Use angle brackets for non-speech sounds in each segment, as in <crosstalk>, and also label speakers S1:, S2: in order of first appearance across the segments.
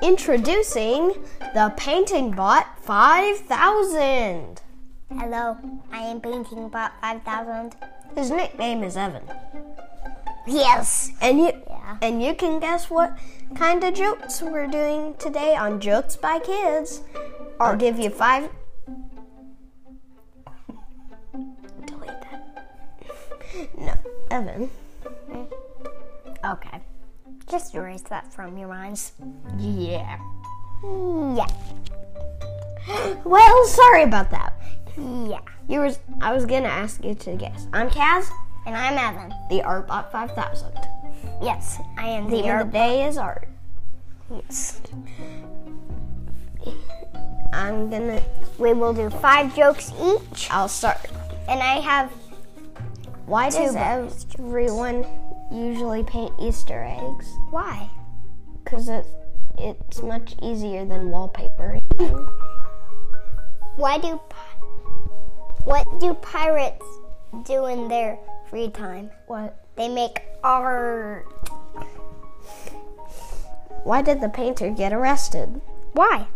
S1: Introducing the Painting Bot 5000.
S2: Hello, I am Painting Bot 5000.
S1: His nickname is Evan.
S2: Yes.
S1: And you
S2: Yeah.
S1: and you can guess what kind of jokes we're doing today on Jokes by Kids. I'll give you five. Delete that. No, Evan. <gasps>
S2: Okay. Just erase that from your minds.
S1: Yeah.
S2: Yeah.
S1: Well, sorry about that.
S2: Yeah.
S1: You was I was gonna ask you to guess. I'm Kaz,
S2: And I'm Evan.
S1: the Artbot 5000.
S2: Yes, I am
S1: The
S2: the
S1: Theme of the day is art.
S2: Yes.
S1: I'm gonna.
S2: We will do five jokes each,
S1: I'll start.
S2: and I have
S1: Why does
S2: buttons.
S1: everyone usually paint Easter eggs?
S2: why?
S1: Because it's it's much easier than wallpaper.
S2: Why do pi- what do pirates do in their free time?
S1: What?
S2: They make art.
S1: Why did the painter get arrested?
S2: Why?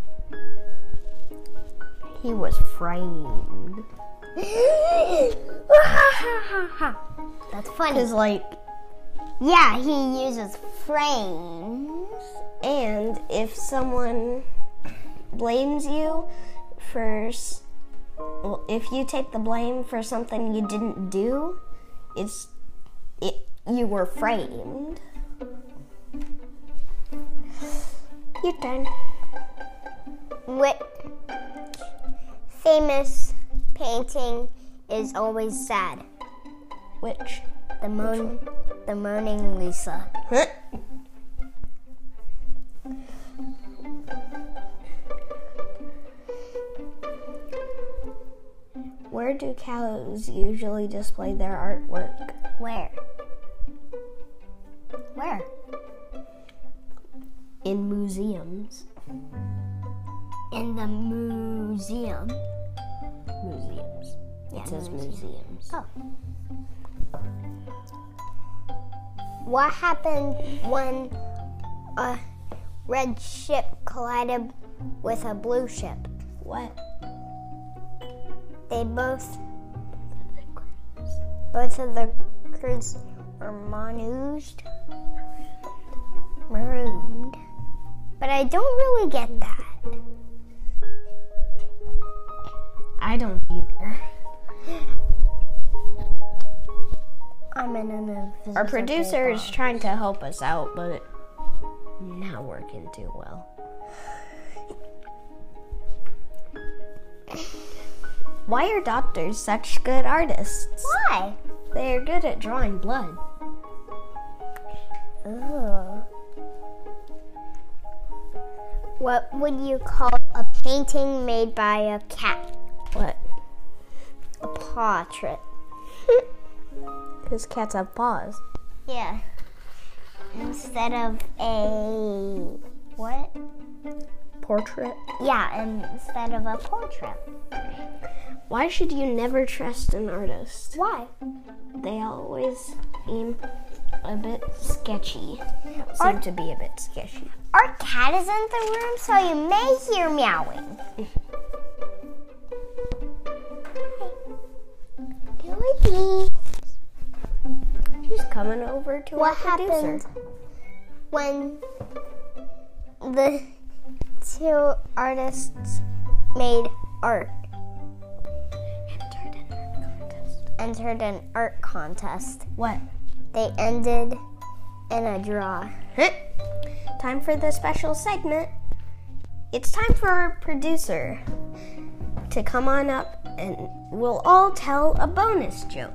S1: He was framed.
S2: That's funny.
S1: Cause like,
S2: Yeah, he uses frames.
S1: and if someone blames you for, s- well, if you take the blame for something you didn't do, it's it you were framed. Your turn.
S2: Which famous painting is always sad?
S1: Which?
S2: The moon, the moaning Lisa.
S1: Huh? Where do cows usually display their artwork?
S2: Where? Where?
S1: In museums.
S2: In the museum.
S1: Museums.
S2: Yeah,
S1: It says
S2: museum.
S1: museums.
S2: Oh. What happened when a red ship collided with a blue ship?
S1: What?
S2: They both, both of the crews were marooned. Marooned. But I don't really get that.
S1: I don't either.
S2: I'm in an invisible
S1: Our producer is trying to help us out, but it not working too well. Why are doctors such good artists?
S2: Why?
S1: They are good at drawing blood.
S2: Ooh. What would you call a painting made by a cat?
S1: What?
S2: A portrait. <laughs>
S1: Because cats have paws.
S2: Yeah. Instead of a what?
S1: Portrait.
S2: Yeah, instead of a portrait.
S1: Why should you never trust an artist?
S2: Why?
S1: They always seem a bit sketchy. Seem
S2: Art-
S1: to be a bit sketchy.
S2: Our cat is in the room, so you may hear meowing. <laughs> Dorothy,
S1: She's coming over to
S2: what
S1: our producer.
S2: happened when the two artists made art?
S1: Entered an art contest.
S2: Entered an art contest.
S1: What?
S2: They ended in a draw.
S1: time for the special segment. It's time for our producer to come on up and we'll all tell a bonus joke.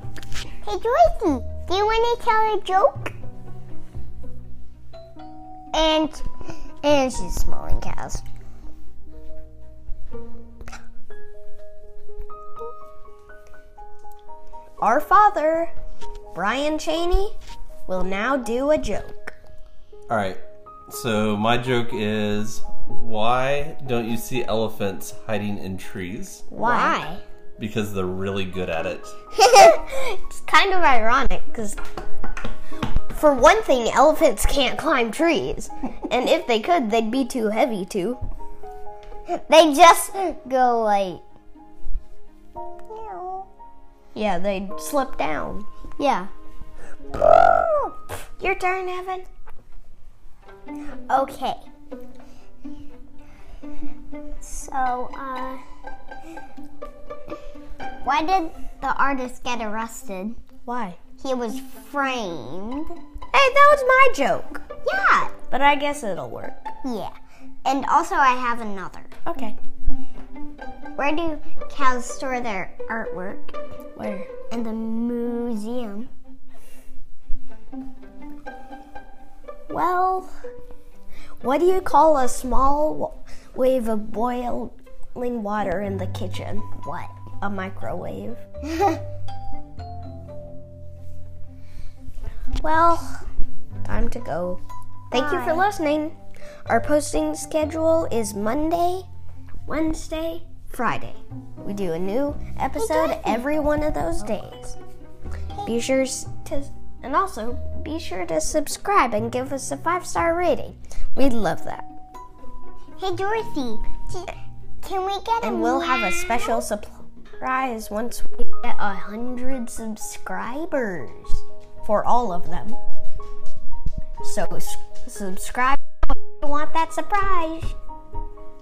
S2: Hey, Dorothy, do you want to tell a joke? And and she's smelling cows.
S1: Our father, Brian Cheney, will now do a joke.
S3: All right. So my joke is why don't you see elephants hiding in trees?
S1: Why? <laughs>
S3: Because they're really good at it.
S1: it's kind of ironic because For one thing, elephants can't climb trees. and if they could, they'd be too heavy to.
S2: They just go like.
S1: Yeah, they'd slip down.
S2: Yeah.
S1: Your turn, Evan.
S2: Okay. So, uh. Why did the artist get arrested?
S1: Why?
S2: He was framed.
S1: Hey, that was my joke.
S2: Yeah.
S1: But I guess it'll work.
S2: Yeah. And also, I have another.
S1: Okay.
S2: Where do cows store their artwork?
S1: Where?
S2: In the museum.
S1: Well, what do you call a small wa- wave of boiling water in the kitchen? What? A microwave. well, time to go. Thank you for
S2: Bye.
S1: listening. Our posting schedule is Monday, Wednesday, Friday. We do a new episode every one of those days. Be sure s- to and also be sure to subscribe and give us a five-star rating. We'd love that.
S2: Hey, Dorothy, ca- can we get a
S1: And we'll have a uh,
S2: meow?
S1: special surprise once we get a hundred subscribers for all of them. So s- subscribe if you want that surprise.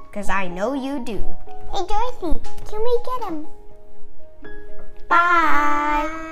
S1: Because I know you do.
S2: Hey, Dorothy, can we get a
S1: Bye.